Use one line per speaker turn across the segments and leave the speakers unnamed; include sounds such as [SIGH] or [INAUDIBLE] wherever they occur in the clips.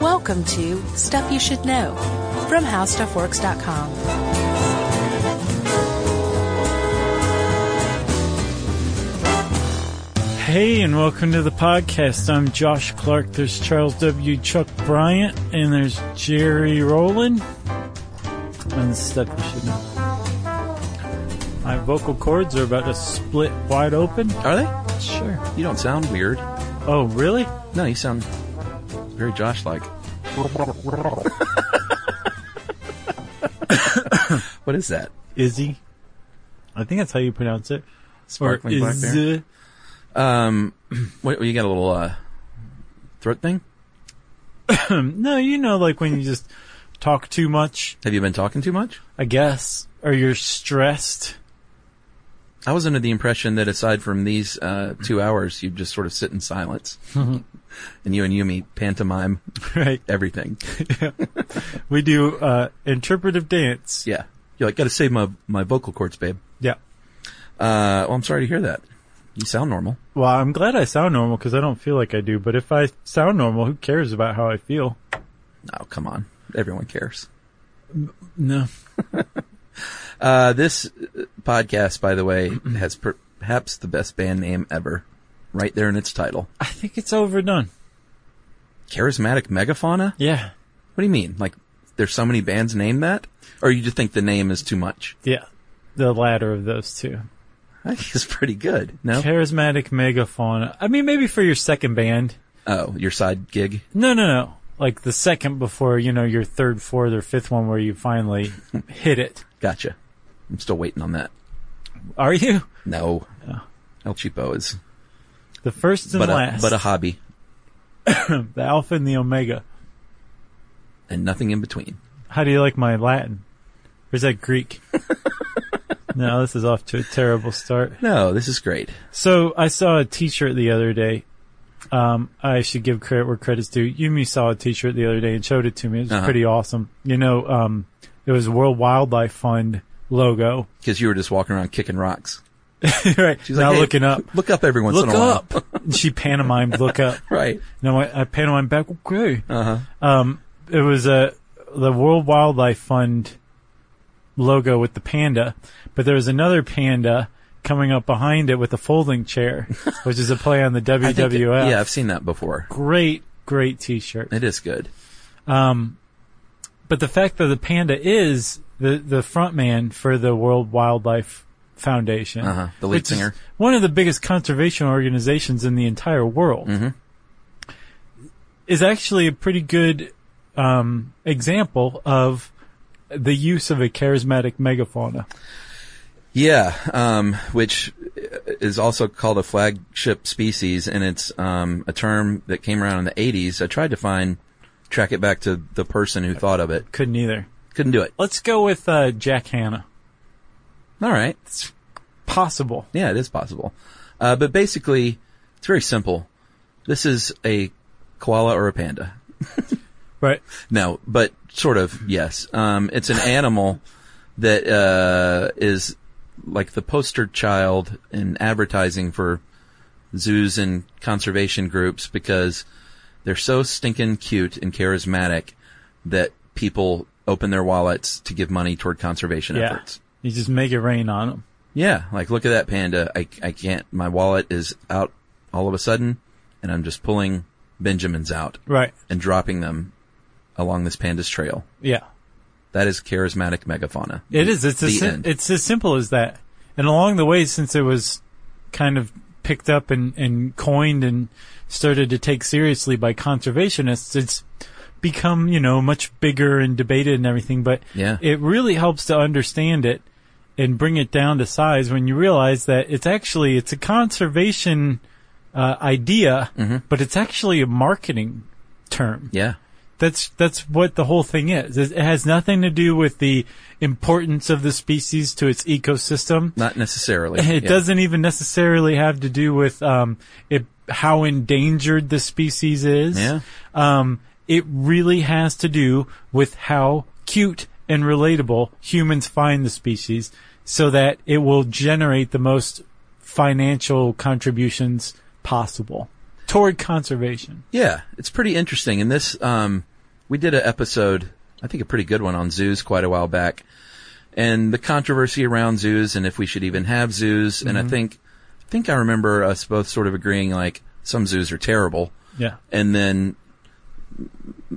Welcome to Stuff You Should Know from HowStuffWorks.com.
Hey, and welcome to the podcast. I'm Josh Clark. There's Charles W. Chuck Bryant, and there's Jerry Rowland. And this stuff you should know. My vocal cords are about to split wide open.
Are they?
Sure.
You don't sound weird.
Oh, really?
No, you sound very Josh like. what is that?
Izzy. I think that's how you pronounce it.
Sparkling
or
black
is
bear. Um, what, you got a little uh, throat thing?
Hmm. No, you know, like when you just talk too much,
Have you been talking too much?
I guess, or you're stressed. [LAUGHS]
I was under the impression that aside from these uh, two hours, you just sort of sit in silence, and you and Yumi pantomime
Right.
everything.
We do uh, interpretive dance.
Yeah, you're like, got to save my my vocal cords, babe.
yeah.
Uh, well, I'm sorry to hear that. You sound normal.
Well, I'm glad I sound normal because I don't feel like I do. But if I sound normal, who cares about how I feel?
Oh, come on, everyone cares.
No.
Uh, this uh, podcast, by the way, has per- perhaps the best band name ever, right there in its title.
I think it's overdone.
Charismatic Megafauna?
Yeah.
What do you mean? Like, there's so many bands named that? Or you just think the name is too much?
Yeah. The latter of those two.
I think it's pretty good. No?
Charismatic megafauna. I mean, maybe for your second band.
Oh, your side gig?
No, no, no. Like the second before, you know, your third, fourth, or fifth one where you finally hit it.
Gotcha. I'm still waiting on that.
Are you?
No. El Cheapo is
The first and
but a,
last.
but uh, a hobby
the alpha and the omega.
and nothing in between.
How do you like my Latin? Or is that Greek? no, this is off to a terrible start.
No, this is great.
So I saw a T-shirt the other day. Um, I should give credit where credit's due. Yumi saw a T-shirt the other day and showed it to me. It was
Uh-huh.
pretty awesome. You know, um, it was World Wildlife Fund logo. [LAUGHS]
Because you were just walking around kicking rocks.
right
She's
now,
like, "Hey,
looking up,
Look up every [LAUGHS] once
look
in a while.
up. she pantomimed, look up.
Right.
No, I, I pantomime back.
[LAUGHS]
Okay.
Uh huh.
Um, it was a the World Wildlife Fund logo with the panda, but there was another panda coming up behind it with a folding
[LAUGHS]
chair, which is a play on the
I think-
WWF.
Yeah, I've seen that before.
great, great T-shirt.
It is good.
But the fact that the panda is the the front man for the World Wildlife Foundation,
Uh-huh, the lead
which is
singer.
one of the biggest conservation organizations in the entire world,
Mm-hmm.
is actually a pretty good um, example of the use of a charismatic megafauna.
Yeah, um, which is also called a flagship species, and it's um, a term that came around in the 80s. I tried to find, track it back to the person who thought of it.
Couldn't either.
Couldn't do it.
Let's go with uh, Jack Hanna.
All right.
It's possible.
Yeah, it is possible. Uh, but basically, it's very simple. This is a koala or a panda.
Right.
No, but sort of, yes. Um, it's an animal that uh, is like the poster child in advertising for zoos and conservation groups because they're so stinking cute and charismatic that people open their wallets to give money toward conservation
yeah.
efforts.
You just make it rain on them.
Yeah, like look at that panda. I, I can't, my wallet is out all of a sudden and I'm just pulling Benjamins out
Right.
and dropping them along this panda's trail.
Yeah.
That is charismatic megafauna.
It is. It's as
The
sim-
end.
it's as simple as that. And along the way, since it was kind of picked up and, and coined and started to take seriously by conservationists, it's become you know much bigger and debated and everything. But
Yeah.
it really helps to understand it and bring it down to size when you realize that it's actually it's a conservation uh, idea,
Mm-hmm.
but it's actually a marketing term.
Yeah.
That's that's what the whole thing is. It it has nothing to do with the importance of the species to its ecosystem.
Not
[LAUGHS]
necessarily.
It
Yeah.
doesn't even necessarily have to do with um, it, how endangered the species is.
Yeah.
Um, it really has to do with how cute and relatable humans find the species, so that it will generate the most financial contributions possible toward conservation.
Yeah. It's pretty interesting. And this, um, we did an episode, I think a pretty good one on zoos quite a while back, and the controversy around zoos and if we should even have zoos. And I think, I think I remember us both sort of agreeing like some zoos are terrible,
Yeah.
and then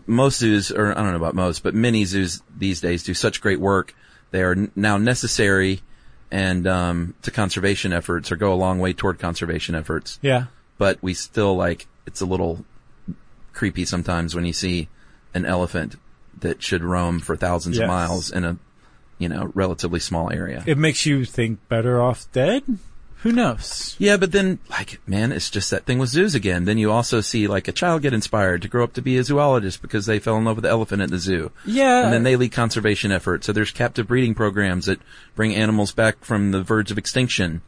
most zoos, or I don't know about most, but many zoos these days do such great work. They are n- now necessary and um, to conservation efforts, or go a long way toward conservation efforts.
Yeah.
But we still like it's a little creepy sometimes when you see an elephant that should roam for thousands
Yes.
of miles in a you know relatively small area.
It makes you think better off dead? Who knows?
Yeah, but then, like, man, it's just that thing with zoos again. Then you also see, like, a child get inspired to grow up to be a zoologist because they fell in love with the elephant at the zoo.
Yeah.
And then they lead conservation efforts. So there's captive breeding programs that bring animals back from the verge of extinction.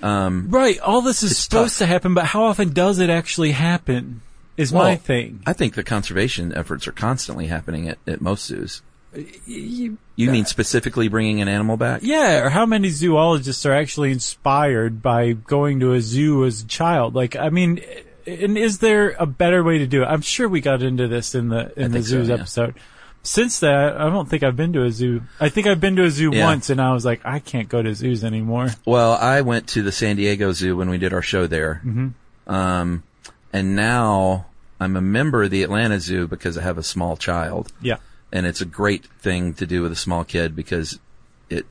Right. All this is
It's
supposed
tough.
to happen, but how often does it actually happen? Is my
Well,
thing.
I think the conservation efforts are constantly happening at, at most zoos. You mean specifically bringing an animal back?
Yeah, or how many zoologists are actually inspired by going to a zoo as a child? Like, I mean, and is there a better way to do it? I'm sure we got into this in the in the
think so,
zoos
yeah.
episode. Since that, I don't think I've been to a zoo. I think I've been to a zoo
Yeah.
once, and I was like, I can't go to zoos anymore.
Well, I went to the San Diego Zoo when we did our show there. Um, and now I'm a member of the Atlanta Zoo because I have a small child.
Yeah,
and it's a great thing to do with a small kid because it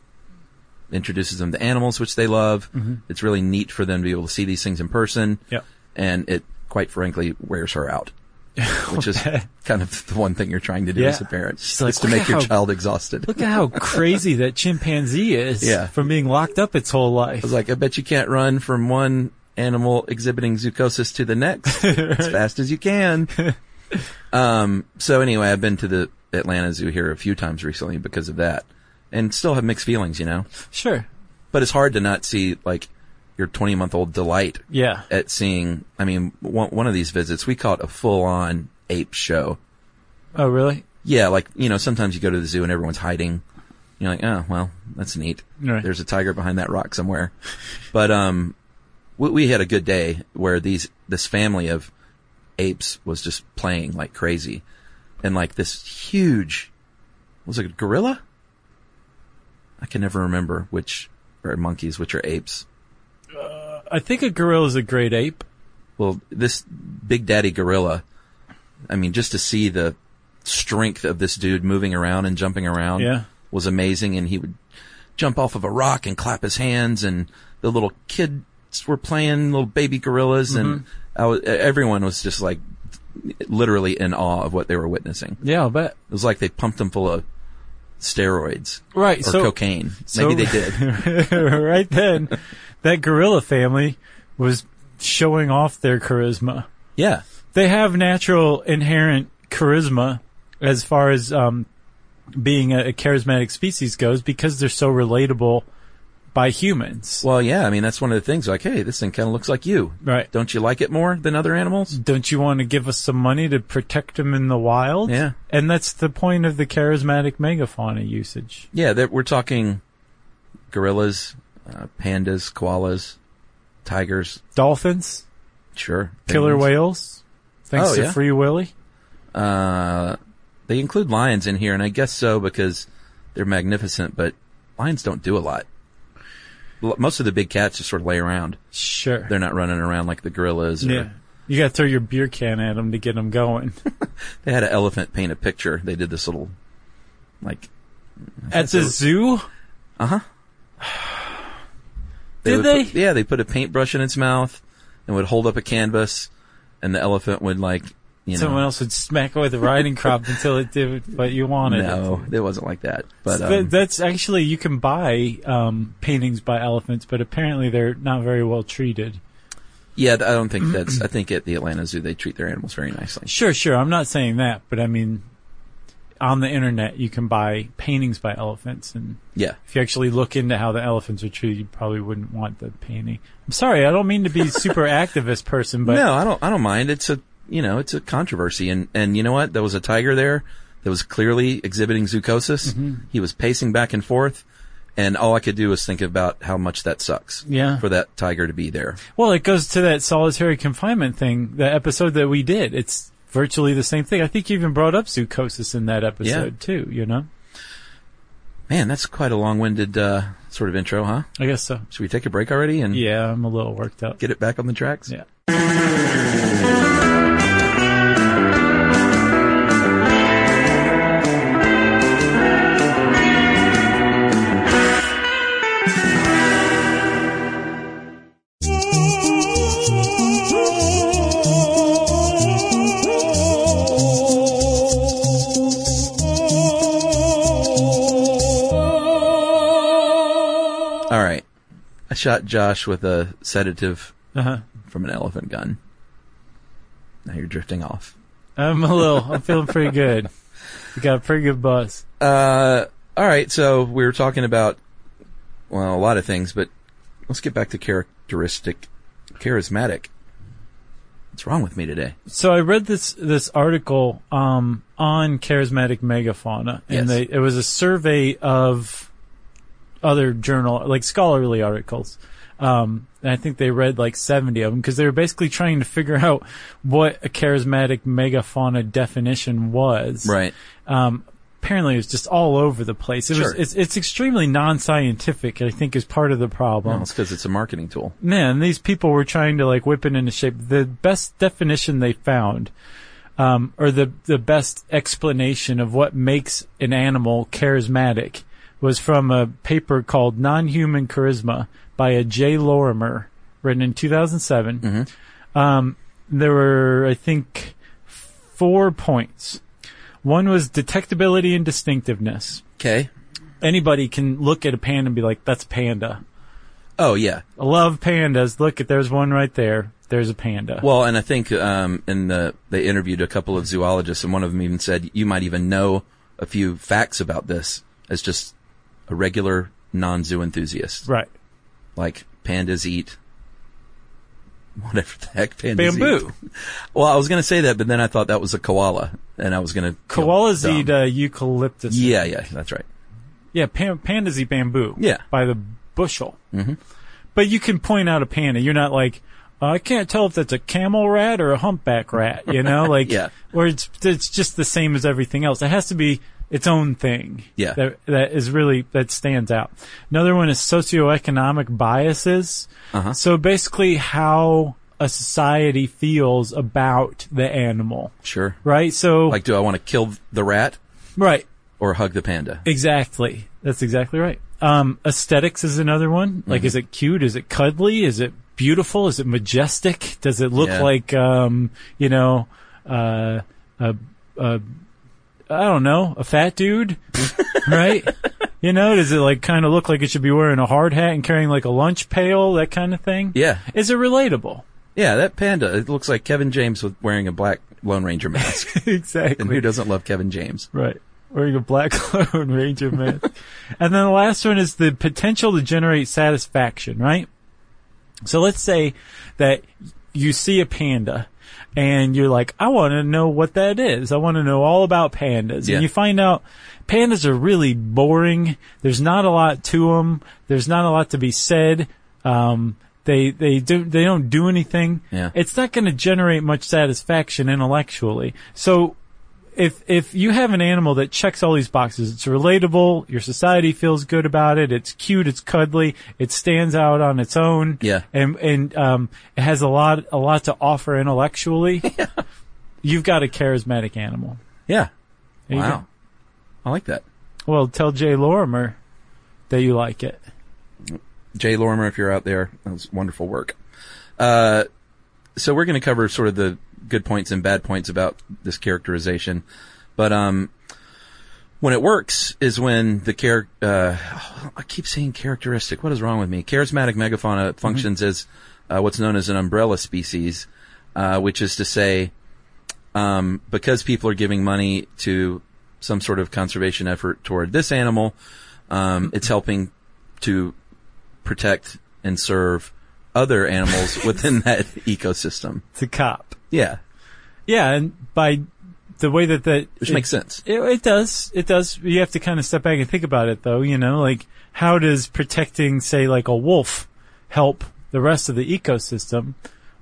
introduces them to animals which they love. It's really neat for them to be able to see these things in person.
Mm-hmm. yeah,
And it quite frankly wears her
[LAUGHS]
out. Which is kind of the one thing you're trying to do
Yeah.
as a parent.
She's like,
is to
"Look
make
at
your
how-
child exhausted.
Look at how crazy that chimpanzee is
Yeah.
from being locked up its whole
I
life.
was like, I bet you can't run from one animal exhibiting zoocosis to the next as fast as you can. um, so anyway, I've been to the Atlanta Zoo here a few times recently because of that and still have mixed feelings, you know?
Sure.
but it's hard to not see like your 20 month old delight
Yeah.
at seeing. I mean, one, one of these visits, we caught a full on ape show.
Oh, really?
Yeah. Like, you know, sometimes you go to the zoo and everyone's hiding. You're like, oh, well, that's neat.
Right.
There's a tiger behind that rock somewhere. but, um, we, we had a good day where these, this family of apes was just playing like crazy. And like this huge, was it a gorilla? I can never remember which are monkeys, which are apes.
I think a gorilla is a great ape.
Well, this Big Daddy Gorilla, I mean, just to see the strength of this dude moving around and jumping around
Yeah.
was amazing. And he would jump off of a rock and clap his hands, and the little kids were playing, little baby gorillas,
Mm-hmm.
and I was, e, everyone was just like literally in awe of what they were witnessing.
Yeah, I'll bet.
It was like they pumped them full of steroids
Right.
or
so
cocaine.
so-
Maybe they
[LAUGHS]
did.
right then, that gorilla family was showing off their charisma.
Yeah.
They have natural inherent charisma as far as um, being a, a charismatic species goes because they're so relatable by humans.
Well, yeah. I mean, that's one of the things. Like, hey, this thing kind of looks like you.
right.
Don't you like it more than other animals?
Don't you want to give us some money to protect them in the wild?
Yeah.
And that's the point of the charismatic megafauna usage.
Yeah, that we're talking gorillas, uh, pandas, koalas, tigers,
Dolphins,
sure.
killer
penguins.
whales, thanks
Oh,
to
yeah.
Free Willy.
Uh, they include lions in here, and I guess so because they're magnificent, but lions don't do a lot. L- Most of the big cats just sort of lay around.
Sure.
They're not running around like the gorillas. Or,
Yeah. You gotta throw your beer can at them to get them going.
[LAUGHS] They had an elephant paint a picture. They did this little, like,
at the zoo? Did
would
they?
put- yeah, they put a paintbrush in its mouth and would hold up a canvas, and the elephant would like, you know,
Someone else would smack it with a riding
[LAUGHS]
crop until it did what you wanted.
No, it wasn't like that. But
Th-
um,
that's actually, you can buy um, paintings by elephants, but apparently they're not very well treated.
yeah, th- I don't think that's. I think at the Atlanta Zoo they treat their animals very nicely.
Sure, sure. I'm not saying that, but I mean, on the internet, you can buy paintings by elephants. And
Yeah,
if you actually look into how the elephants are treated, you probably wouldn't want the painting. I'm sorry, I don't mean to
[LAUGHS]
be super activist person, but.
no, I don't. I don't mind. It's a you know, it's a controversy, and and you know what? There was a tiger there that was clearly exhibiting zoocosis.
Mm-hmm.
He was pacing back and forth, and all I could do was think about how much that sucks.
Yeah.
for that tiger to be there.
Well, it goes to that solitary confinement thing, the episode that we did. It's virtually the same thing. I think you even brought up zoocosis in that episode too. You know,
Man, that's quite a long-winded uh, sort of intro, huh?
I guess so.
Should we take a break already and
Yeah, I'm a little worked up.
get it back on the tracks?
Yeah.
All right. I shot Josh with a sedative
Uh-huh.
from an elephant gun. Now you're drifting off.
I'm a little. I'm feeling pretty good. We got a pretty good buzz.
Uh, all right. So we were talking about, well, a lot of things, but let's get back to characteristic, charismatic. What's wrong with me today?
So I read this this article um, on charismatic megafauna,
Yes.
and they, it was a survey of other journal like scholarly articles. Um, and I think they read like 70 of them because they were basically trying to figure out what a charismatic megafauna definition was.
Right.
um, apparently it was just all over the place. It
Sure.
was, it's, it's extremely non-scientific, I think is part of the problem.
Well, it's because it's a marketing tool.
Man, these people were trying to like whip it into shape. The best definition they found, um, or the, the best explanation of what makes an animal charismatic was from a paper called Non-Human Charisma by a J. Lorimer, written in 2007. Um, there were, I think, four points. One was detectability and distinctiveness.
Okay.
Anybody can look at a panda and be like, that's a panda.
Oh, yeah.
I love pandas. Look, at there's one right there. There's a panda.
Well, and I think, um, in the, they interviewed a couple of zoologists and one of them even said, you might even know a few facts about this as just a regular non-zoo enthusiast.
right.
Like pandas eat whatever the heck pandas eat.
Bamboo.
Well, I was going to say that, but then I thought that was a koala, and I was going to
Koalas eat uh, eucalyptus.
Yeah, yeah, that's right.
Yeah, pan- pandas eat bamboo.
Yeah.
By the bushel. Mm-hmm. But you can point out a panda. You're not like, "Uh, I can't tell if that's a camel rat or a humpback rat, you
[LAUGHS]
know? Like,
Yeah.
or it's, it's just the same as everything else. It has to be its own thing.
Yeah.
That, that is really, that stands out. Another one is socioeconomic biases.
Uh-huh.
So basically how a society feels about the animal,
Sure.
right? So,
Like, do I want to kill the rat
right.
or hug the panda?
Exactly. That's exactly right. Um, aesthetics is another one.
Mm-hmm.
Like, is it cute? Is it cuddly? Is it beautiful? Is it majestic? Does it look
Yeah.
like, um, you know, uh, a, a, I don't know, a fat
[LAUGHS]
dude, right? You know, does it like kind of look like it should be wearing a hard hat and carrying like a lunch pail, that kind of thing?
Yeah,
Is it relatable? [LAUGHS]
yeah. That panda. It looks like Kevin James was wearing a black Lone Ranger mask,
[LAUGHS]
and who
exactly.
doesn't love Kevin James?
Right. Wearing a black [LAUGHS] Lone Ranger mask. and then the last one is the potential to generate satisfaction, right? So let's say that you see a panda and you're like, I want to know what that is. I want to know all about pandas.
Yeah.
And you find out pandas are really boring. There's not a lot to them. There's not a lot to be said. Um, they, they do, they don't do anything.
Yeah.
It's not going to generate much satisfaction intellectually. So if if you have an animal that checks all these boxes, it's relatable, your society feels good about it, it's cute, it's cuddly, it stands out on its own,
Yeah.
and and um, it has a lot a lot to offer
[LAUGHS]
intellectually. You've got a charismatic animal.
Yeah.
There you
wow. I like that.
go. Well, tell Jay Lorimer that you like it.
Jay Lorimer, if you're out there, that was wonderful work. Uh, so we're going to cover sort of the good points and bad points about this characterization, but um, when it works is when the char- uh, I keep saying characteristic. What is wrong with me? Charismatic megafauna functions as uh, what's known as an umbrella species, uh, which is to say, um, because people are giving money to some sort of conservation effort toward this animal, um, it's helping to protect and serve other animals within that ecosystem.
It's a cop.
Yeah,
Yeah, and by the way that that
which
it-
makes sense.
It, it does. It does. You have to kind of step back and think about it, though. You know, like how does protecting, say, like a wolf, help the rest of the ecosystem?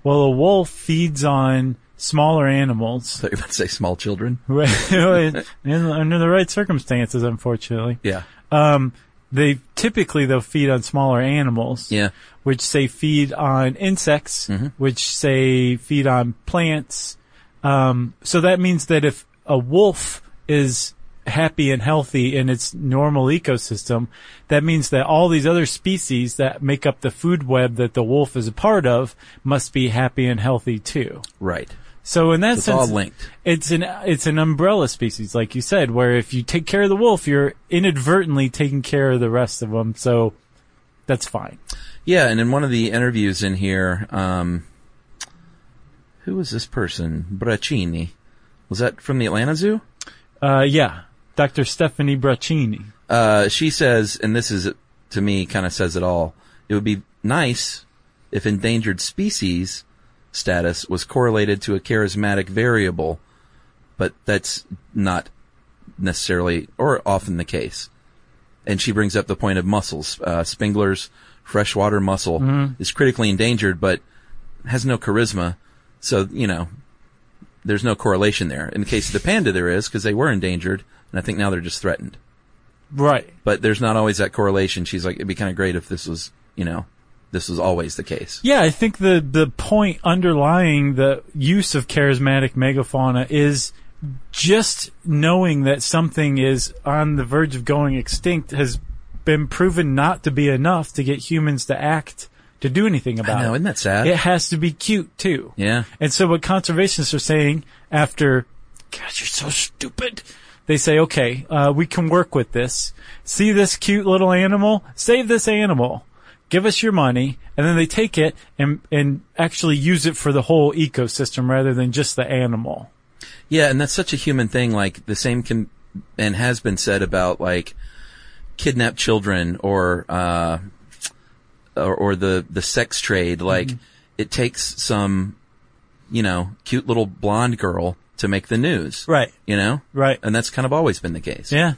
Well, a wolf feeds on smaller animals. [LAUGHS]
So you would say small children?
in, under the right circumstances, unfortunately.
Yeah.
Um, they typically they'll feed on smaller animals.
Yeah.
Which say feed on insects,
Mm-hmm.
which say feed on plants. Um, so that means that if a wolf is happy and healthy in its normal ecosystem, that means that all these other species that make up the food web that the wolf is a part of must be happy and healthy too.
Right.
So in that
It's
sense,
all linked.
It's an it's an umbrella species, like you said, where if you take care of the wolf, you're inadvertently taking care of the rest of them. So that's fine.
Yeah, and in one of the interviews in here, um, who was this person? Braccini. Was that from the Atlanta Zoo?
Uh, yeah, Dr. Stephanie Braccini.
Uh, she says, and this is, to me, kind of says it all. It would be nice if endangered species status was correlated to a charismatic variable, but that's not necessarily or often the case. And she brings up the point of mussels. Uh, Spengler's freshwater mussel is critically endangered, but has no charisma. So, you know, there's no correlation there. In the case of the panda, there is because they were endangered, and I think now they're just threatened
Right.
but there's not always that correlation. She's like, it'd be kind of great if this was, you know, this was always the case.
Yeah, I think the the point underlying the use of charismatic megafauna is just knowing that something is on the verge of going extinct has been proven not to be enough to get humans to act to do anything about
I know,
it.
isn't that sad?
It has to be cute too.
Yeah.
And so what conservationists are saying after, God, you're so stupid. They say, okay, uh, we can work with this. See this cute little animal? Save this animal. Give us your money. And then they take it and, and actually use it for the whole ecosystem rather than just the animal.
Yeah, and that's such a human thing. Like the same can and has been said about like kidnapped children or uh, or, or the the sex trade. Like
Mm-hmm.
it takes some, you know, cute little blonde girl to make the news.
Right.
You know.
Right.
And that's kind of always been the case.
Yeah.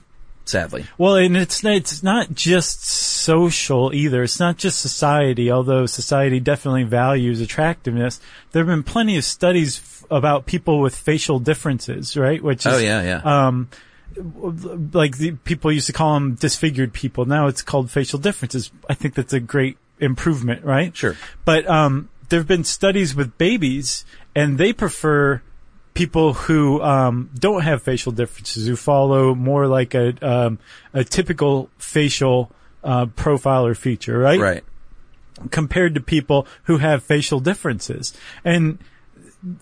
Sadly.
Well, and it's it's not just social either. It's not just society, although society definitely values attractiveness. There have been plenty of studies f- about people with facial differences, right? Which is
Oh yeah, yeah.
um, like the people used to call them disfigured people. Now it's called facial differences. I think that's a great improvement, right?
Sure.
But um, there have been studies with babies, and they prefer people who um, don't have facial differences, who follow more like a um, a typical facial uh, profile or feature, right?
right.
compared to people who have facial differences, and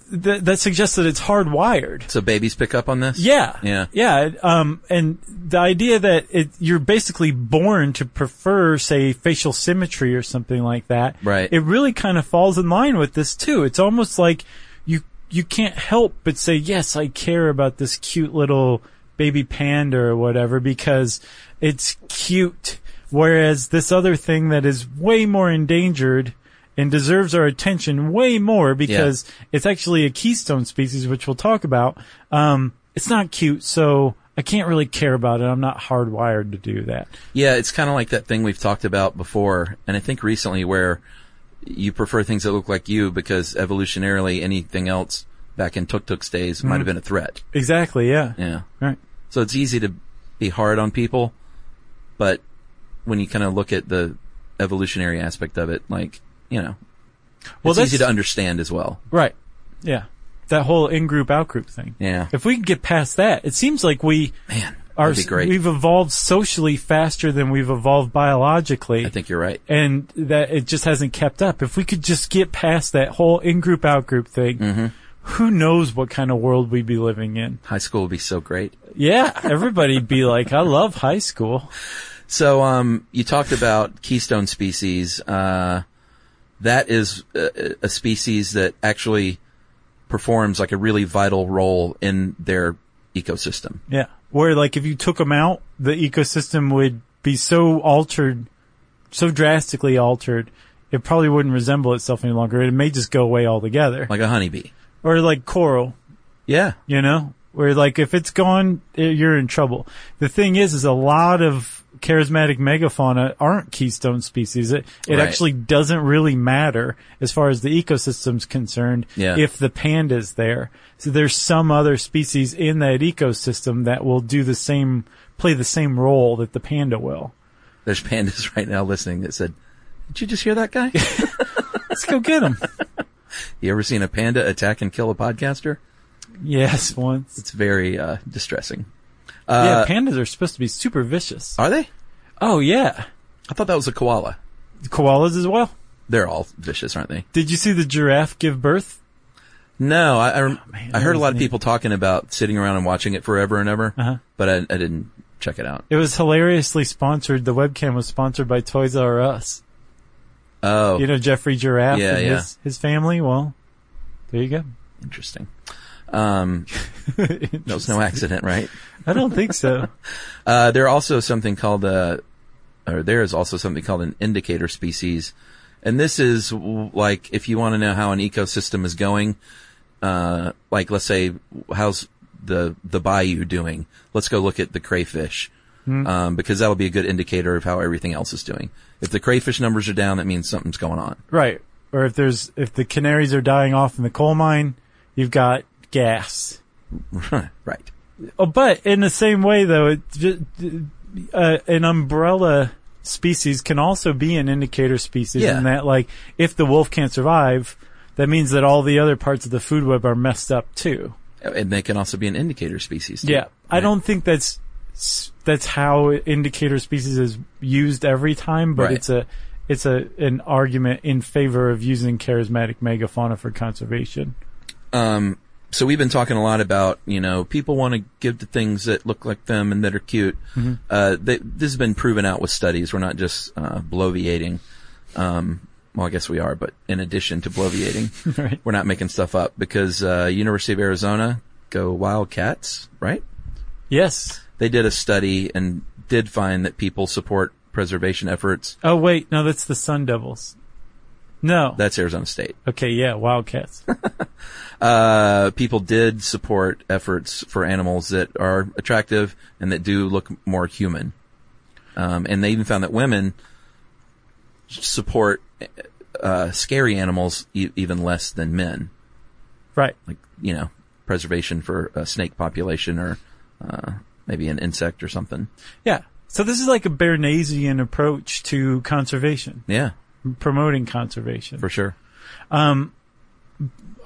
th- that suggests that it's hardwired.
So babies pick up on this.
Yeah.
Yeah.
Yeah. Um, and the idea that it, you're basically born to prefer, say, facial symmetry or something like that.
Right.
It really kind of falls in line with this too. It's almost like you, you can't help but say, yes, I care about this cute little baby panda or whatever because it's cute. Whereas this other thing that is way more endangered and deserves our attention way more because it's actually a keystone species, which we'll talk about. Um, it's not cute, so I can't really care about it. I'm not hardwired to do that.
Yeah, it's kind of like that thing we've talked about before, and I think recently where you prefer things that look like you because evolutionarily anything else back in Tuk Tuk's days might
Mm-hmm.
have been a threat.
Exactly. Yeah.
Yeah.
Right.
So it's easy to be hard on people, but when you kind of look at the evolutionary aspect of it, like, you know,
Well,
it's
that's
easy to understand as well.
right. Yeah. That whole in-group out-group thing.
Yeah.
If we can get past that, it seems like we
Man,
are
that'd be great.
we've evolved socially faster than we've evolved biologically.
I think you're right.
and that it just hasn't kept up. If we could just get past that whole in-group out-group thing,
Mm-hmm.
who knows what kind of world we'd be living in?
High school would be so great.
Yeah, everybody'd be like, "I love high school."
So, um, you talked about keystone species. Uh, that is a, a species that actually performs like a really vital role in their ecosystem.
Yeah, where like if you took them out, the ecosystem would be so altered, so drastically altered, it probably wouldn't resemble itself any longer. It may just go away altogether,
Like a honeybee.
or like coral.
Yeah.
you know where like if it's gone eh, you're in trouble the thing is is a lot of charismatic megafauna aren't keystone species. It, it
Right.
actually doesn't really matter as far as the ecosystem's concerned
Yeah.
if the panda's there. So there's some other species in that ecosystem that will do the same, play the same role that the panda will.
There's pandas [LAUGHS] right now listening that said, "Did you just hear that [LAUGHS] guy?
Let's go get them.
you ever seen a panda attack and kill a podcaster?
[LAUGHS] yes, once.
It's very uh, distressing."
yeah,
Uh,
pandas are supposed to be super vicious.
are they?
Oh yeah.
I thought that was a koala.
Koalas as well.
They're all vicious, aren't they?
Did you see the giraffe give birth?
No, I I, rem-
man,
I heard a lot of
isn't it-
people talking about sitting around and watching it forever and ever,
Uh-huh.
but I, I didn't check it out.
It was hilariously sponsored. The webcam was sponsored by Toys R Us.
Oh,
You know Jeffrey Giraffe
Yeah,
and
yeah.
his his family. Well, there you go. [LAUGHS]
interesting. Um, that was no accident, right?
I don't think
[LAUGHS]
so.
Uh, there are also something called a, or there is also something called an indicator species, and this is w- like if you want to know how an ecosystem is going, uh, like let's say how's the the bayou doing? Let's go look at the crayfish,
Hmm.
um, because that'll be a good indicator of how everything else is doing. If the crayfish numbers are down, that means something's going on.
right. Or if there's if the canaries are dying off in the coal mine, you've got gas.
[LAUGHS] right.
Oh, but in the same way though, it, ju- uh, an umbrella species can also be an indicator species
Yeah.
in that like if the wolf can't survive, that means that all the other parts of the food web are messed up too.
And they can also be an indicator species. too.
Yeah, I
Right.
don't think that's that's how indicator species is used every time, but
Right.
it's a it's a an argument in favor of using charismatic megafauna for conservation.
um, so we've been talking a lot about, you know, people want to give to things that look like them and that are cute. Uh, they, this has been proven out with studies. We're not just, uh, bloviating. Um, well, I guess we are, but in addition to bloviating,
Right.
we're not making stuff up because, uh, University of Arizona, go Wildcats, right?
Yes.
They did a study and did find that people support preservation efforts.
Oh wait, no, that's the Sun Devils. No.
That's Arizona State.
okay, yeah, Wildcats.
uh, people did support efforts for animals that are attractive and that do look more human. Um, and they even found that women support uh, scary animals e- even less than men.
right.
Like you know, preservation for a snake population or uh, maybe an insect or something.
[LAUGHS] Yeah. So this is like a Bernaysian approach to conservation,
Yeah,
promoting conservation.
for sure.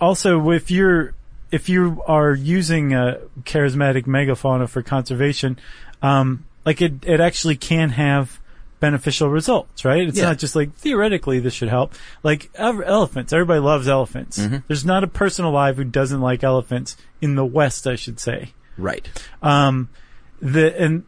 also if you're if you are using a charismatic megafauna for conservation um like it it actually can have beneficial results right it's
Yeah.
not just like theoretically this should help like ev- elephants everybody loves elephants
Mm-hmm.
there's not a person alive who doesn't like elephants in the west i should say
Right.
the and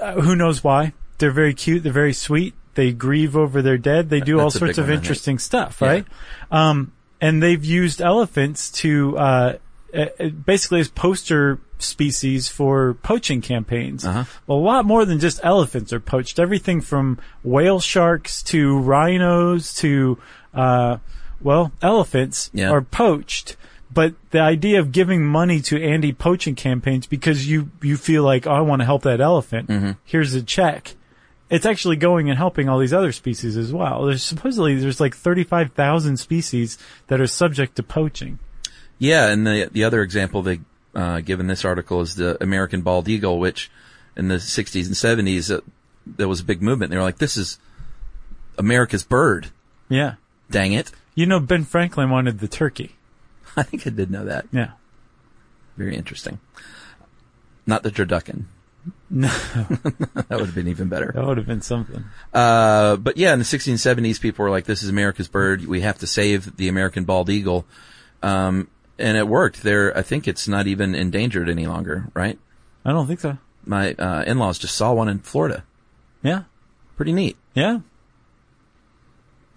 uh, who knows why they're very cute they're very sweet they grieve over their dead they do
That's
all
a
sorts
big
of
one, I think.
interesting stuff
Yeah.
right um and they've used elephants to uh uh, basically as poster species for poaching campaigns
Uh-huh.
a lot more than just elephants are poached everything from whale sharks to rhinos to uh well elephants
Yeah.
are poached. But the idea of giving money to anti-poaching campaigns because you, you feel like, oh, I want to help that elephant.
Mm-hmm.
Here's a check. It's actually going and helping all these other species as well. There's supposedly, there's like 35,000 species that are subject to poaching.
Yeah, and the the other example they uh, give in this article is the American bald eagle, which in the 60s and 70s uh, there was a big movement. They were like, "This is America's bird."
Yeah.
Dang it! [LAUGHS]
You know, Ben Franklin wanted the turkey.
I think I did know that.
Yeah.
Very interesting. Not the turducken.
No,
[LAUGHS] That would have been even better.
that would have been something.
Uh, but yeah, in the 60s and 70s, people were like, "This is America's bird. We have to save the American bald eagle," um, and it worked. There, I think it's not even endangered any longer. Right?
I don't think so.
My uh, in-laws just saw one in Florida.
Yeah.
Pretty neat.
Yeah.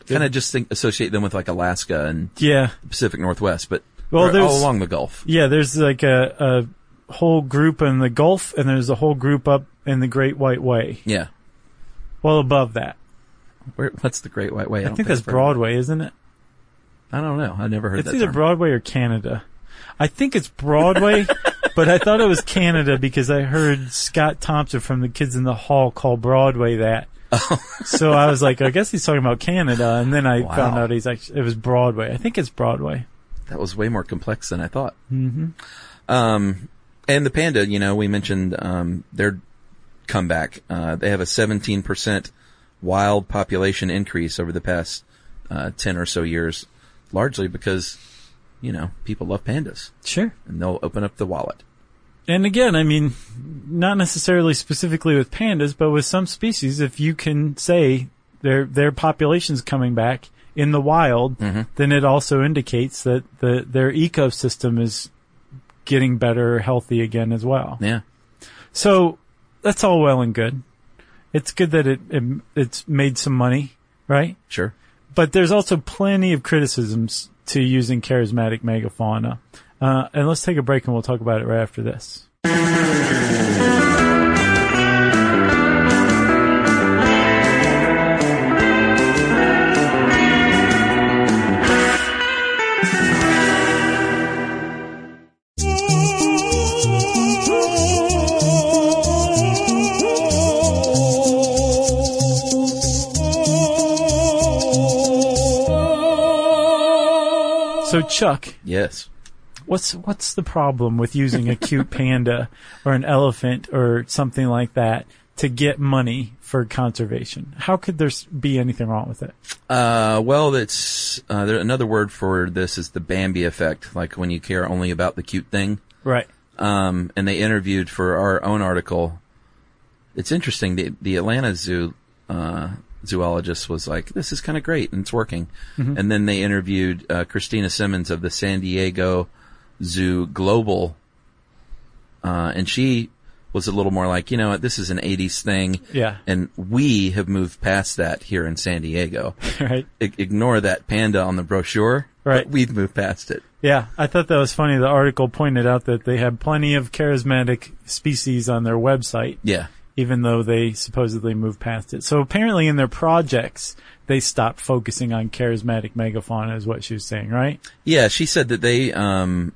kind of just think associate them with like Alaska and
Yeah.
the Pacific Northwest, but
Well,
they're all
there's-
along the Gulf.
Yeah, there's like a, a whole group in the Gulf and there's a whole group up in the Great White Way.
Yeah.
Well above that.
Where, what's the Great White Way?
I,
don't
think that's
I've heard of
Broadway, isn't it?
it. I don't know. I never heard
It's
that.
either
term. [LAUGHS]
Broadway or Canada. I think it's Broadway but I thought it was Canada because I heard Scott Thompson from the Kids in the Hall call Broadway that.
Oh.
so I was like, I guess he's talking about Canada, and then I
Wow.
found out he's actually it was Broadway. I think it's Broadway.
That was way more complex than I thought. Mm-hmm. Um, and the panda, you know, we mentioned um, their comeback. Uh, they have a 17% wild population increase over the past uh, 10 or so years, largely because, you know, people love pandas
Sure.
and they'll open up the wallet.
And again, I mean, not necessarily specifically with pandas, but with some species, if you can say their their population's coming back in the wild, then it also indicates that the their ecosystem is getting better, healthy again as well.
Yeah.
So that's all well and good. It's good that it, it it's made some money, right?
Sure.
but there's also plenty of criticisms to using charismatic megafauna. Uh, and let's take a break and we'll talk about it right after this. So Chuck,
Yes.
what's what's the problem with using a cute panda or an elephant or something like that to get money for conservation? How could there s- be anything wrong with it?
Uh, well, it's uh, there, another word for this is the Bambi effect, like when you care only about the cute thing.
Right.
um, and they interviewed for our own article. It's interesting. The the Atlanta Zoo uh, zoologist was like, "This is kind of great, and it's working." And then they interviewed uh, Christina Simmons of the San Diego Zoo Global, uh, and she was a little more like, "You know what? This is an '80s thing,
Yeah. [LAUGHS]
and we have moved past that here in San Diego.
Right.
I- ignore that panda on the brochure,
Right.
But we've moved past it."
Yeah, I thought that was funny. The article pointed out that they had plenty of charismatic species on their website,
Yeah.
even though they supposedly moved past it. So apparently in their projects, they stopped focusing on charismatic megafauna is what she was saying, right?
Yeah, she said that they, um,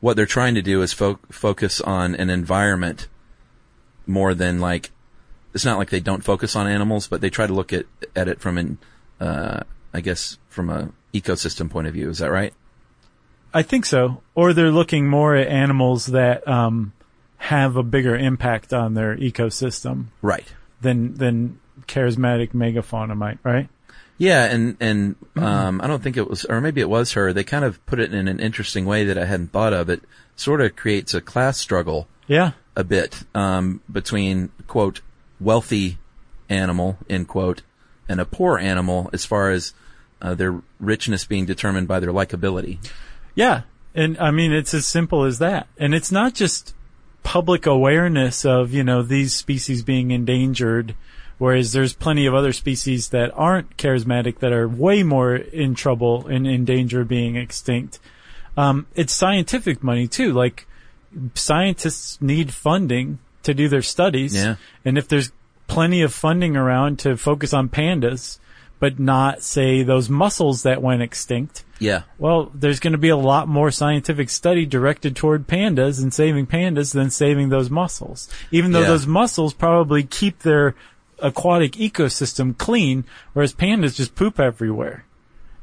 what they're trying to do is fo- focus on an environment more than like, it's not like they don't focus on animals, but they try to look at, at it from an, uh, I guess from a ecosystem point of view. Is that right?
I think so. Or they're looking more at animals that, um, have a bigger impact on their ecosystem
Right.
than, than charismatic megafauna might, right?
Yeah, and and um, I don't think it was, or maybe it was her. They kind of put it in an interesting way that I hadn't thought of. It sort of creates a class struggle
Yeah.
a bit um, between quote wealthy animal end quote and a poor animal as far as uh, their richness being determined by their likability.
Yeah. And I mean, it's as simple as that. And it's not just public awareness of, you know, these species being endangered, whereas there's plenty of other species that aren't charismatic that are way more in trouble and in danger of being extinct. Um, it's scientific money too. Like scientists need funding to do their studies.
Yeah.
And if there's plenty of funding around to focus on pandas, but not say those mussels that went extinct,
Yeah,
well, there's going to be a lot more scientific study directed toward pandas and saving pandas than saving those mussels. Even though
Yeah.
those mussels probably keep their aquatic ecosystem clean, whereas pandas just poop everywhere.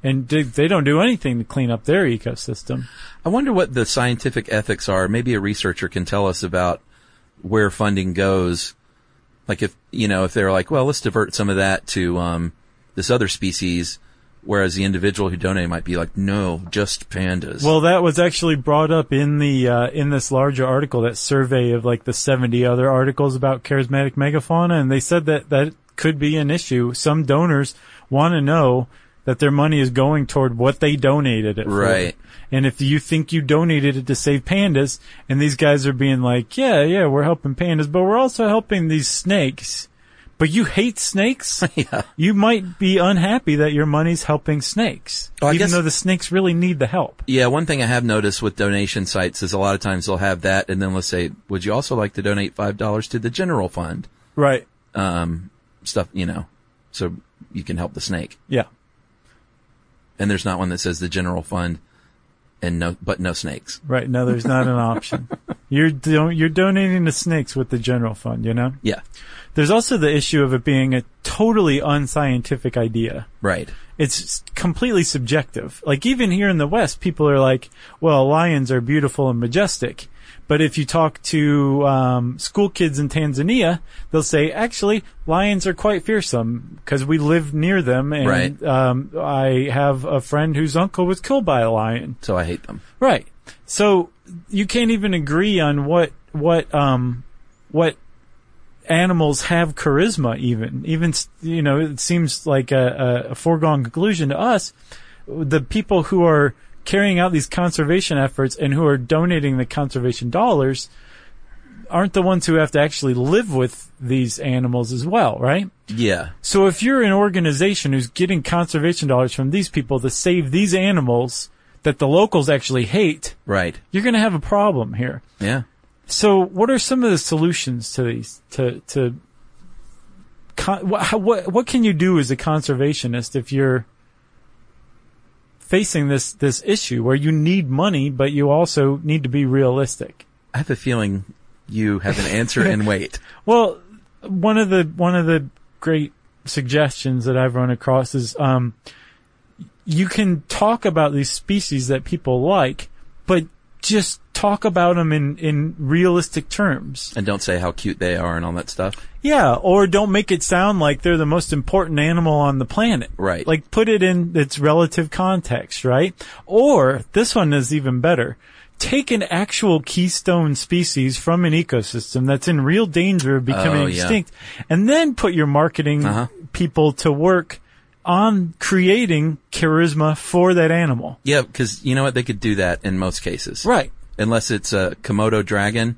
And d- they don't do anything to clean up their ecosystem.
I wonder what the scientific ethics are. Maybe a researcher can tell us about where funding goes. Like if you know if they're like, well, let's divert some of that to um, this other species, whereas the individual who donated might be like, no, just pandas.
Well, that was actually brought up in the uh, in this larger article, that survey of like the 70 other articles about charismatic megafauna, and they said that that could be an issue. Some donors want to know that their money is going toward what they donated it for.
Right.
And if you think you donated it to save pandas, and these guys are being like, "Yeah, yeah, we're helping pandas, but we're also helping these snakes." But you hate snakes?
[LAUGHS] Yeah.
You might be unhappy that your money's helping snakes.
Oh, I
even
guess-
though the snakes really need the help.
Yeah, one thing I have noticed with donation sites is a lot of times they'll have that, and then let's say, would you also like to donate five dollars to the general fund?
Right.
Um, stuff, you know, so you can help the snake.
Yeah.
And there's not one that says the general fund, and no, but no snakes.
Right. No, there's not an option. You're do- you're donating to snakes with the general fund, you know.
Yeah.
There's also the issue of it being a totally unscientific idea.
Right.
It's completely subjective. Like even here in the West, people are like, "Well, lions are beautiful and majestic," but if you talk to um, school kids in Tanzania, they'll say, "Actually, lions are quite fearsome because we live near them." And
Right.
um, I have a friend whose uncle was killed by a lion.
So I hate them.
Right. So you can't even agree on what what um what animals have charisma. Even even s- you know it seems like a, a, a foregone conclusion to us. The people who are carrying out these conservation efforts and who are donating the conservation dollars aren't the ones who have to actually live with these animals as well, right?
Yeah.
So if you're an organization who's getting conservation dollars from these people to save these animals that the locals actually hate,
Right.
you're going to have a problem here.
Yeah.
So what are some of the solutions to these to to con- what, how, what what can you do as a conservationist if you're facing this this issue where you need money but you also need to be realistic?
I have a feeling you have an
[LAUGHS]
answer and wait.
Well, one of the one of the great suggestions that I've run across is um, you can talk about these species that people like, but just talk about them in in realistic terms.
And don't say how cute they are and all that stuff.
Yeah, or don't make it sound like they're the most important animal on the planet.
Right.
Like put it in its relative context, right? Or this one is even better. Take an actual keystone species from an ecosystem that's in real danger of becoming
Oh, yeah.
extinct and then put your marketing
Uh-huh.
people to work on creating charisma for that animal.
Yeah, because you know what? They could do that in most cases.
Right.
Unless it's a Komodo dragon.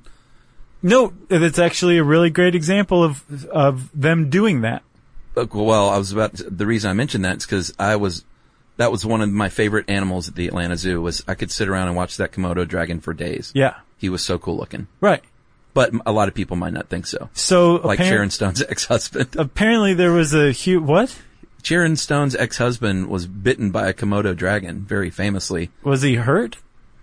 No, that's actually a really great example of of them doing that.
Look, Well, I was about to- the reason I mentioned that is because I was that was one of my favorite animals at the Atlanta Zoo was I could sit around and watch that Komodo dragon for days.
Yeah.
He was so cool looking,
Right.
but a lot of people might not think so.
So
Like
apparent-
Sharon Stone's [LAUGHS] ex-husband.
apparently there was a huge what
Sharon Stone's ex-husband was bitten by a Komodo dragon, very famously.
was he hurt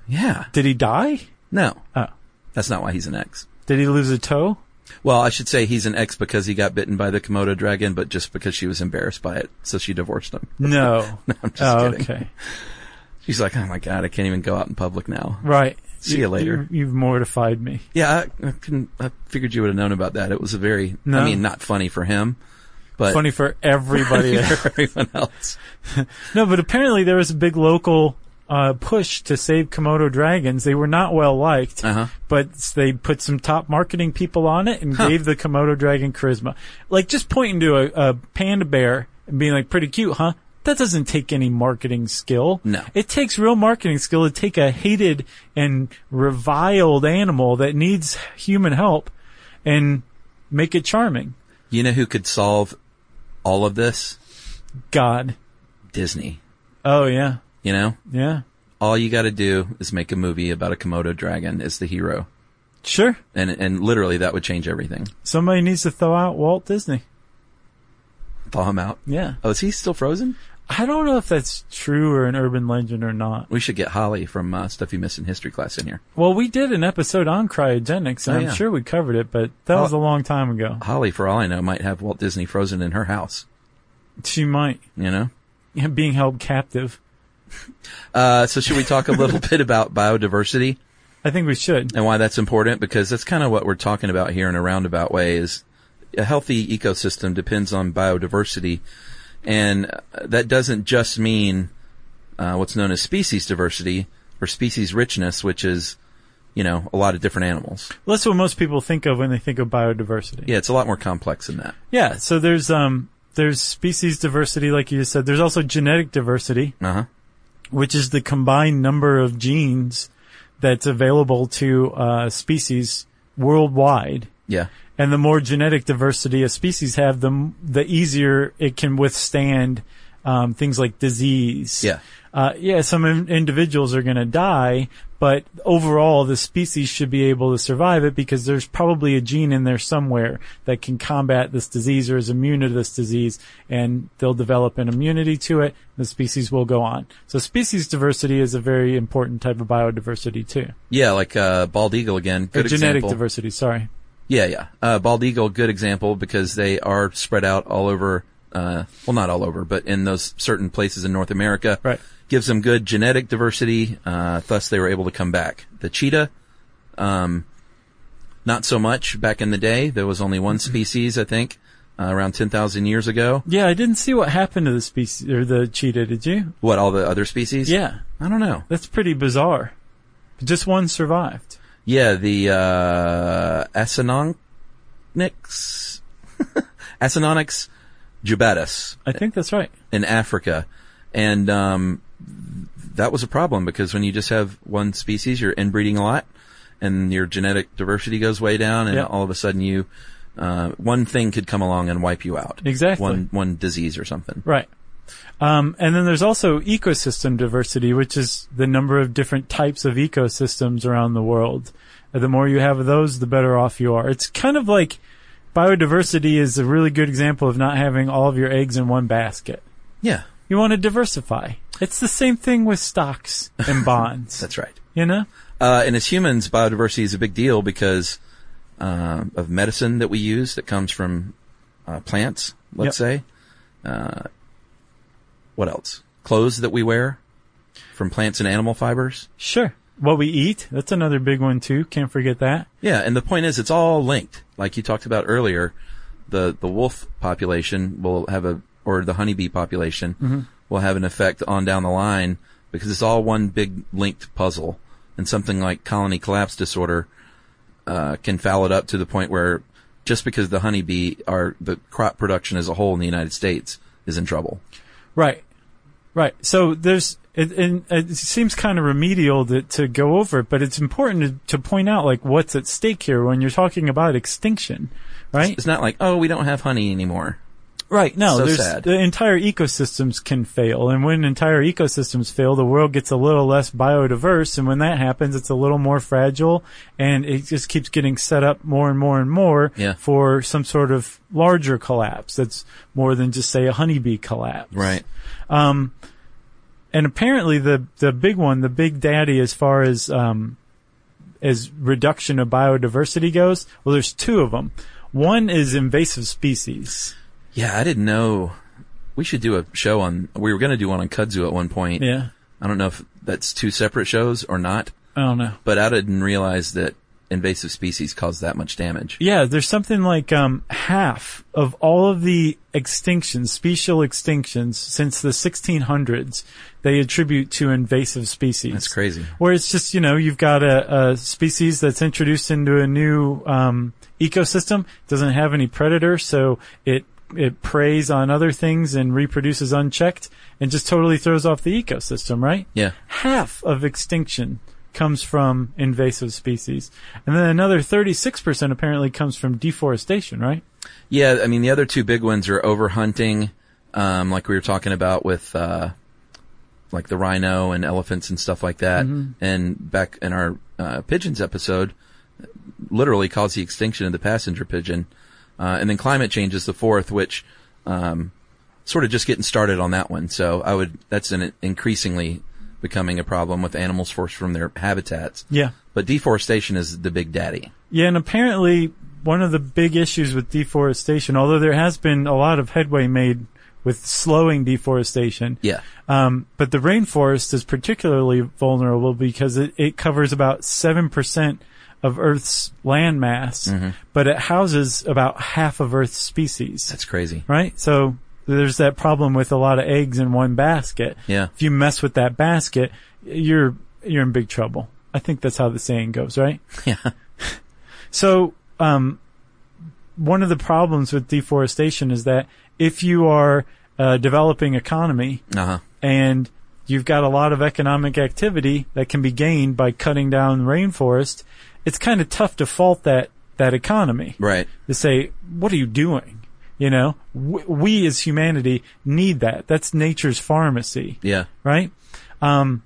Yeah.
did he die
No,
oh
that's not why he's an ex.
did he lose a toe
Well, I should say he's an ex because he got bitten by the Komodo dragon, but just because she was embarrassed by it, so she divorced him. [LAUGHS]
no
I'm just
oh,
kidding.
okay
She's like, oh my god, I can't even go out in public now.
right
See you later.
you, have mortified me
Yeah, I, I couldn't. I figured you would have known about that. It was a very,
No.
I mean, not funny for
[LAUGHS]
him, but
funny for
[LAUGHS]
everybody
for everyone else.
no but apparently there was a big local uh, push to save komodo dragons they were not well liked
Uh-huh.
but they put some top marketing people on it and gave the komodo dragon charisma like just pointing to a, a panda bear and being like pretty cute huh that doesn't take any marketing skill
No.
It takes real marketing skill to take a hated and reviled animal that needs human help and make it charming.
You know who could solve all of this?
God.
Disney.
Oh yeah.
You know,
Yeah.
all you got to do is make a movie about a Komodo dragon as the hero,
Sure.
and and literally that would change everything.
Somebody needs to throw out Walt Disney.
Thaw him out.
Yeah.
Oh, is he still frozen?
I don't know if that's true or an urban legend or not.
We should get Holly from uh, Stuff You Missed in History class in here.
Well, we did an episode on cryogenics and
Oh,
I'm
yeah.
sure we covered it, but that was a
Oh.
long time ago.
Holly, for all I know, might have Walt Disney frozen in her house.
She might [LAUGHS]
You know.
being held captive.
Uh, so should we talk a little [LAUGHS] bit about biodiversity?
I think we should.
and why that's important because that's kind of what we're talking about here in a roundabout way is a healthy ecosystem depends on biodiversity and uh, that doesn't just mean uh, what's known as species diversity or species richness which is you know a lot of different animals
Well, that's what most people think of when they think of biodiversity.
yeah it's a lot more complex than that
Yeah, so there's um there's species diversity, like you just said. There's also genetic diversity,
uh-huh
which is the combined number of genes that's available to uh, species worldwide.
yeah
And the more genetic diversity a species have, the m- the easier it can withstand um, things like disease.
Yeah.
Uh, yeah, some in- individuals are going to die, but overall, the species should be able to survive it because there's probably a gene in there somewhere that can combat this disease or is immune to this disease, and they'll develop an immunity to it. And the species will go on. So, species diversity is a very important type of biodiversity too.
Yeah, like uh, bald eagle again.
Or
Good
genetic
example.
diversity. Sorry.
Yeah, yeah. Uh, bald eagle, good example because they are spread out all over. Uh, well, not all over, but in those certain places in North America.
Right.
Gives them good genetic diversity. Uh, thus, they were able to come back. The cheetah, um, not so much back in the day. There was only
Mm-hmm.
one species, I think, uh, around ten thousand years ago.
Yeah, I didn't see what happened to the species or the cheetah. Did you?
What all the other species?
Yeah,
I don't know.
that's pretty bizarre. Just one survived.
Yeah, the uh, [LAUGHS] Asinonyx, Asinonyx jubatus
I think that's right.
in Africa, and um, that was a problem because when you just have one species, you're inbreeding a lot, and your genetic diversity goes way down, and
Yeah.
all of a sudden you, uh, one thing could come along and wipe you out.
Exactly.
One one disease or something.
Right. Um, and then there's also ecosystem diversity, which is the number of different types of ecosystems around the world. Uh, The more you have of those, the better off you are. It's kind of like biodiversity is a really good example of not having all of your eggs in one basket.
Yeah,
You want to diversify. It's the same thing with stocks and bonds.
that's right.
You know?
Uh, and as humans, biodiversity is a big deal because uh, of medicine that we use that comes from uh, plants, let's say. Uh, what else? Clothes that we wear from plants and animal fibers.
Sure. What we eat, that's another big one too. Can't forget that.
Yeah, and the point is, it's all linked. Like you talked about earlier, the the wolf population will have a, or the honeybee population will have an effect on down the line because it's all one big linked puzzle. And something like colony collapse disorder uh, can foul it up to the point where just because the honeybee are the crop production as a whole in the United States is in trouble.
Right. Right. So there's, it, and it seems kind of remedial to, to go over it, but it's important to, to point out like what's at stake here when you're talking about extinction, right?
It's not like oh we don't have honey anymore.
Right. No,
So
there's
sad.
the entire ecosystems can fail, and when entire ecosystems fail, the world gets a little less biodiverse, and when that happens, it's a little more fragile, and it just keeps getting set up more and more and more
Yeah.
for some sort of larger collapse. That's more than just say a honeybee collapse, and apparently the the big one, the big daddy, as far as um, as reduction of biodiversity goes, well, there's two of them. One is invasive species.
Yeah, I didn't know. We should do a show on. We were going to do one on kudzu at one point.
Yeah,
I don't know if that's two separate shows or not,
I don't know.
but I didn't realize that invasive species cause that much damage.
Yeah, there's something like um, half of all of the extinctions, special extinctions since the 1600s, they attribute to invasive species.
That's crazy.
Where it's just, you know, you've got a, a species that's introduced into a new um, ecosystem, doesn't have any predator, so it it preys on other things and reproduces unchecked, and just totally throws off the ecosystem, right?
Yeah.
half of extinction comes from invasive species. And then another 36% apparently comes from deforestation, right?
Yeah, I mean the other two big ones are overhunting, um, like we were talking about with uh, like the rhino and elephants and stuff like that. And back in our uh, pigeons episode, literally caused the extinction of the passenger pigeon. Uh, and then climate change is the fourth, which um, sort of just getting started on that one. So I would that's an increasingly becoming a problem with animals forced from their habitats.
Yeah.
But deforestation is the big daddy.
Yeah, and apparently one of the big issues with deforestation, although there has been a lot of headway made with slowing deforestation,
Yeah.
um, but the rainforest is particularly vulnerable because it, it covers about 7% of Earth's land mass, but it houses about half of Earth's species.
That's crazy.
right? So there's that problem with a lot of eggs in one basket.
Yeah.
If you mess with that basket, you're you're in big trouble. I think that's how the saying goes, right?
[LAUGHS] Yeah.
[LAUGHS] So um, one of the problems with deforestation is that if you are a developing economy
Uh huh.
and you've got a lot of economic activity that can be gained by cutting down rainforest, it's kind of tough to fault that that economy
Right.
to say, what are you doing? You know, we, we as humanity need that. That's nature's pharmacy,
Yeah.
right? Um,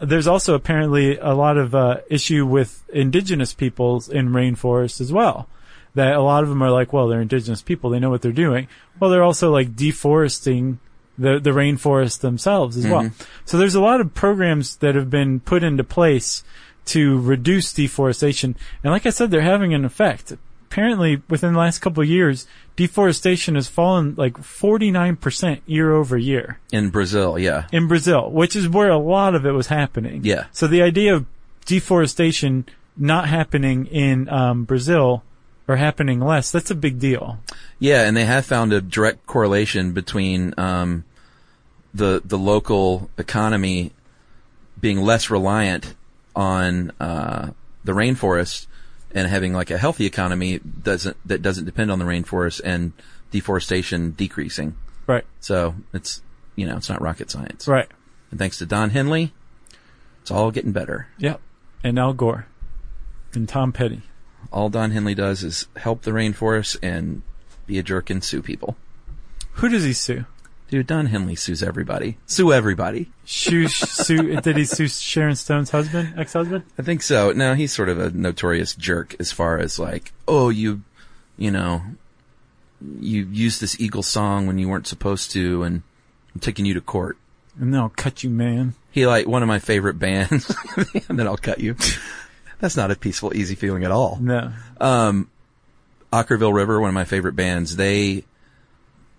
there's also apparently a lot of uh, issue with indigenous peoples in rainforests as well. That a lot of them are like, well, they're indigenous people; they know what they're doing. Well, they're also like deforesting the the rainforest themselves as well. So there's a lot of programs that have been put into place to reduce deforestation, and like I said, they're having an effect. Apparently, within the last couple of years, deforestation has fallen like 49% year over year
In Brazil, yeah.
in Brazil, which is where a lot of it was happening.
Yeah.
So the idea of deforestation not happening in um, Brazil or happening less, that's a big deal.
Yeah, and they have found a direct correlation between um, the the local economy being less reliant on uh, the rainforest and having like a healthy economy doesn't that doesn't depend on the rainforest and deforestation decreasing.
Right.
So it's you know it's not rocket science.
Right.
And thanks to Don Henley, it's all getting better.
Yep. And Al Gore and Tom Petty.
All Don Henley does is help the rainforest and be a jerk and sue people.
Who does he sue?
Dude, Don Henley sues everybody. Sue everybody.
Sue, sue did he sue Sharon Stone's husband, ex-husband?
I think so. No, he's sort of a notorious jerk as far as like, oh, you, you know, you used this Eagle song when you weren't supposed to, and I'm taking you to court.
And then I'll cut you, man.
He like one of my favorite bands, [LAUGHS] and then I'll cut you. That's not a peaceful, easy feeling at all.
No.
Ockerville River, one of my favorite bands, they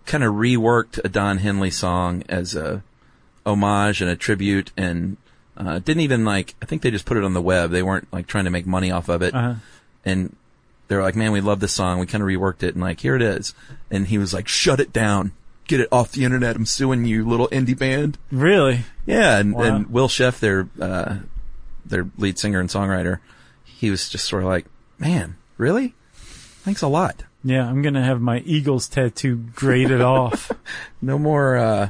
kind of reworked a Don Henley song as a homage and a tribute and uh, didn't even like, I think they just put it on the web. They weren't like trying to make money off of it.
Uh-huh.
And they were like, man, we love this song. We kind of reworked it and like, here it is. And he was like, shut it down. Get it off the internet. I'm suing you, little indie band.
Really?
Yeah, and,
Wow.
and Will Sheff, their uh, their lead singer and songwriter, he was just sort of like, "Man, really? Thanks a lot.
Yeah, I'm going to have my Eagles tattoo graded [LAUGHS] off.
No more, uh,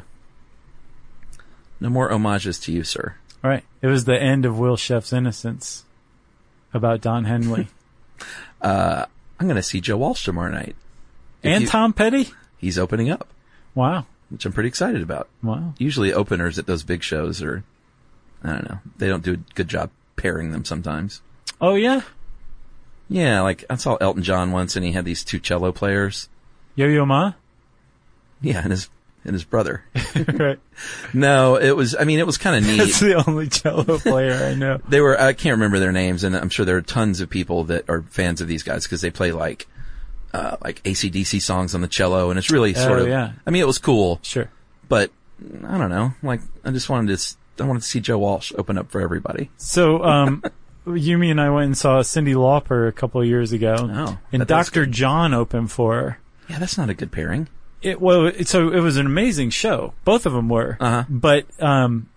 no more homages to you, sir."
Right. It was the end of Will Sheff's innocence about Don Henley.
I'm going to see Joe Walsh tomorrow night. If
and
you-
Tom Petty?
He's opening up,
Wow.
which I'm pretty excited about.
Wow.
Usually, openers at those big shows are, I don't know, they don't do a good job pairing them sometimes.
Oh yeah.
Yeah, like I saw Elton John once, and he had these two cello players.
Yo Yo Ma?
Yeah, and his and his brother.
[LAUGHS]
[LAUGHS]
right.
No, it was. I mean, it was kind
[LAUGHS]
of neat.
That's the only cello player I know.
they were. I can't remember their names, and I'm sure there are tons of people that are fans of these guys because they play like, uh, like ACDC songs on the cello, and it's really
Oh,
sort of.
yeah.
I mean, it was cool,
[LAUGHS] Sure.
but I don't know. Like, I just wanted to. s- I wanted to see Joe Walsh open up for everybody.
So um [LAUGHS] Yumi and I went and saw Cindy Lauper a couple of years ago.
Oh,
and
that does
Dr. John opened for her.
Yeah, that's not a good pairing.
It well it, so it was an amazing show. Both of them were.
Uh-huh.
But um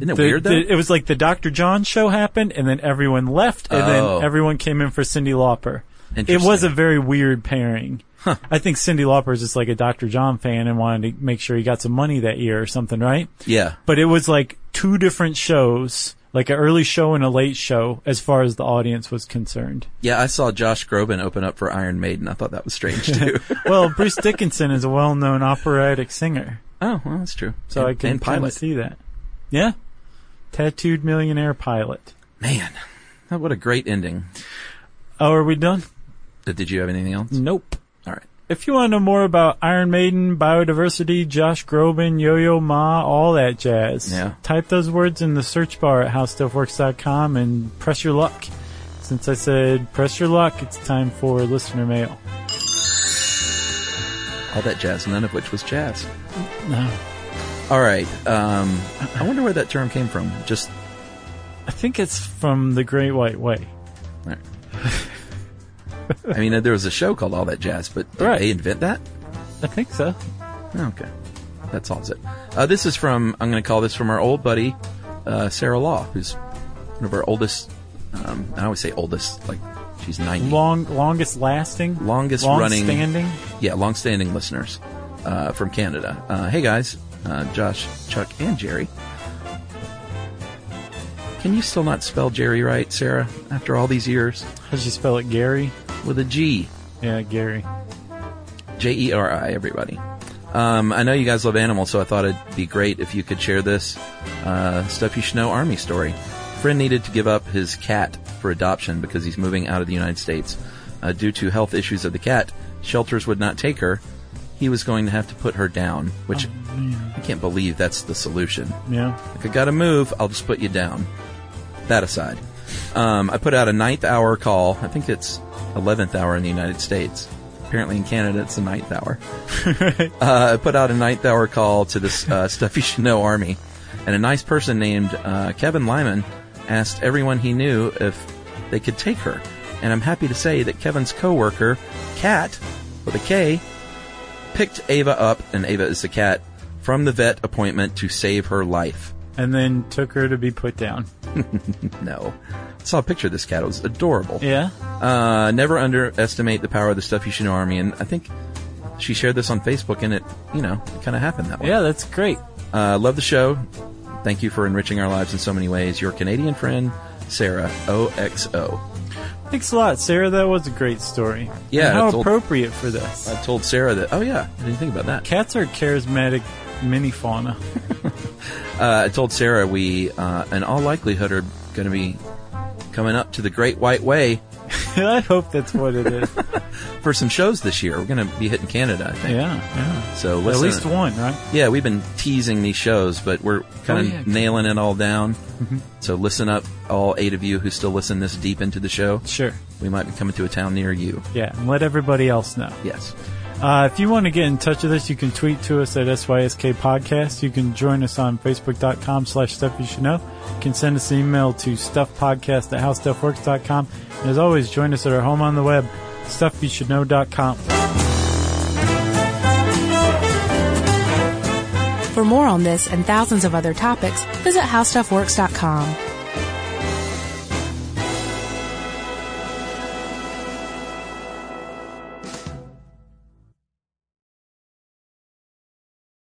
Isn't it
the-
weird though?
the- it was like the Dr. John show happened and then everyone left and
Oh.
then everyone came in for Cindy Lauper. It
Interesting.
was a very weird pairing. I think Cindy Lauper is just like a Dr. John fan and wanted to make sure he got some money that year or something, right?
yeah.
But it was like two different shows, like an early show and a late show, as far as the audience was concerned.
Yeah, I saw Josh Groban open up for Iron Maiden. I thought that
[LAUGHS]
was strange too. [LAUGHS]
Well, Bruce Dickinson is a well-known operatic singer,
oh, well, that's true.
so
and,
I can
and
kind of
pilot.
see that. Yeah, tattooed millionaire pilot.
Man, what a great ending.
Oh, are we done?
Did you have anything else?
Nope.
All right.
If you want to know more about Iron Maiden, biodiversity, Josh Groban, Yo-Yo Ma, all that jazz,
Yeah.
type those words in the search bar at howstuffworks.com and press your luck. Since I said press your luck, it's time for listener mail.
All that jazz, none of which was jazz.
No,
All right. Um, I wonder where that term came from. Just
I think it's from The Great White Way. [LAUGHS]
I mean, there was a show called All That Jazz, but did
Right.
they invent that?
I think so.
Oh, okay, that solves it. Uh, this is from I'm going to call this from our old buddy uh, Sarah Law, who's one of our oldest. Um, I always say oldest, like she's 90.
Long, longest lasting,
Longest
long
running-
standing.
yeah, long-standing listeners uh, from Canada. Uh, hey guys, uh, Josh, Chuck, and Jerry. Can you still not spell Jerry right, Sarah? After all these years,
How'd you spell it, Gary?
with a G.
Yeah, Gary.
J E R I, everybody. Um, I know you guys love animals, so I thought it'd be great if you could share this uh, stuff you should know army story. Friend needed to give up his cat for adoption because he's moving out of the United States. Uh, due to health issues of the cat, shelters would not take her. He was going to have to put her down, which I can't believe that's the solution.
Yeah.
If I gotta move, I'll just put you down. That aside, um, I put out a ninth hour call. I think it's 11th hour in the United States. Apparently in Canada, it's the ninth hour. uh, I put out a ninth hour call to this uh, Stuff [LAUGHS] You Should Know Army, and a nice person named uh, Kevin Lyman asked everyone he knew if they could take her. And I'm happy to say that Kevin's coworker, Kat, with a K, picked Ava up, and Ava is the cat, from the vet appointment to save her life.
And then took her to be put down.
No. I saw a picture of this cat. It was adorable.
Yeah.
Uh, never underestimate the power of the Stuff You Should Know Army. And I think she shared this on Facebook, and it, you know, kind of happened that way.
Yeah, that's great.
Uh, love the show. Thank you for enriching our lives in so many ways. Your Canadian friend, Sarah OXO.
Thanks a lot, Sarah. That was a great story.
Yeah,
And how
it's old-
appropriate for this.
I told Sarah that, oh yeah, I didn't think about that.
Cats are charismatic mini fauna. [LAUGHS]
Uh, I told Sarah we, uh, in all likelihood, are going to be coming up to the Great White Way
I hope that's what it
[LAUGHS]
is.
for some shows this year. We're going to be hitting Canada, I think.
Yeah, yeah.
So
At
listen-
least one, right?
Yeah, we've been teasing these shows, but we're
Oh,
kind of
yeah. Mm-hmm.
nailing it all down. So listen up, all eight of you who still listen this deep into the show.
Sure.
We might be coming to a town near you.
Yeah, and let everybody else know.
Yes.
Uh, if you want to get in touch with us, you can tweet to us at SYSK Podcast. You can join us on Facebook.com slash Stuff You Should Know. You can send us an email to StuffPodcast at HowStuffWorks.com. And as always, join us at our home on the web, StuffYouShouldKnow.com.
For more on this and thousands of other topics, visit howstuffworks.com.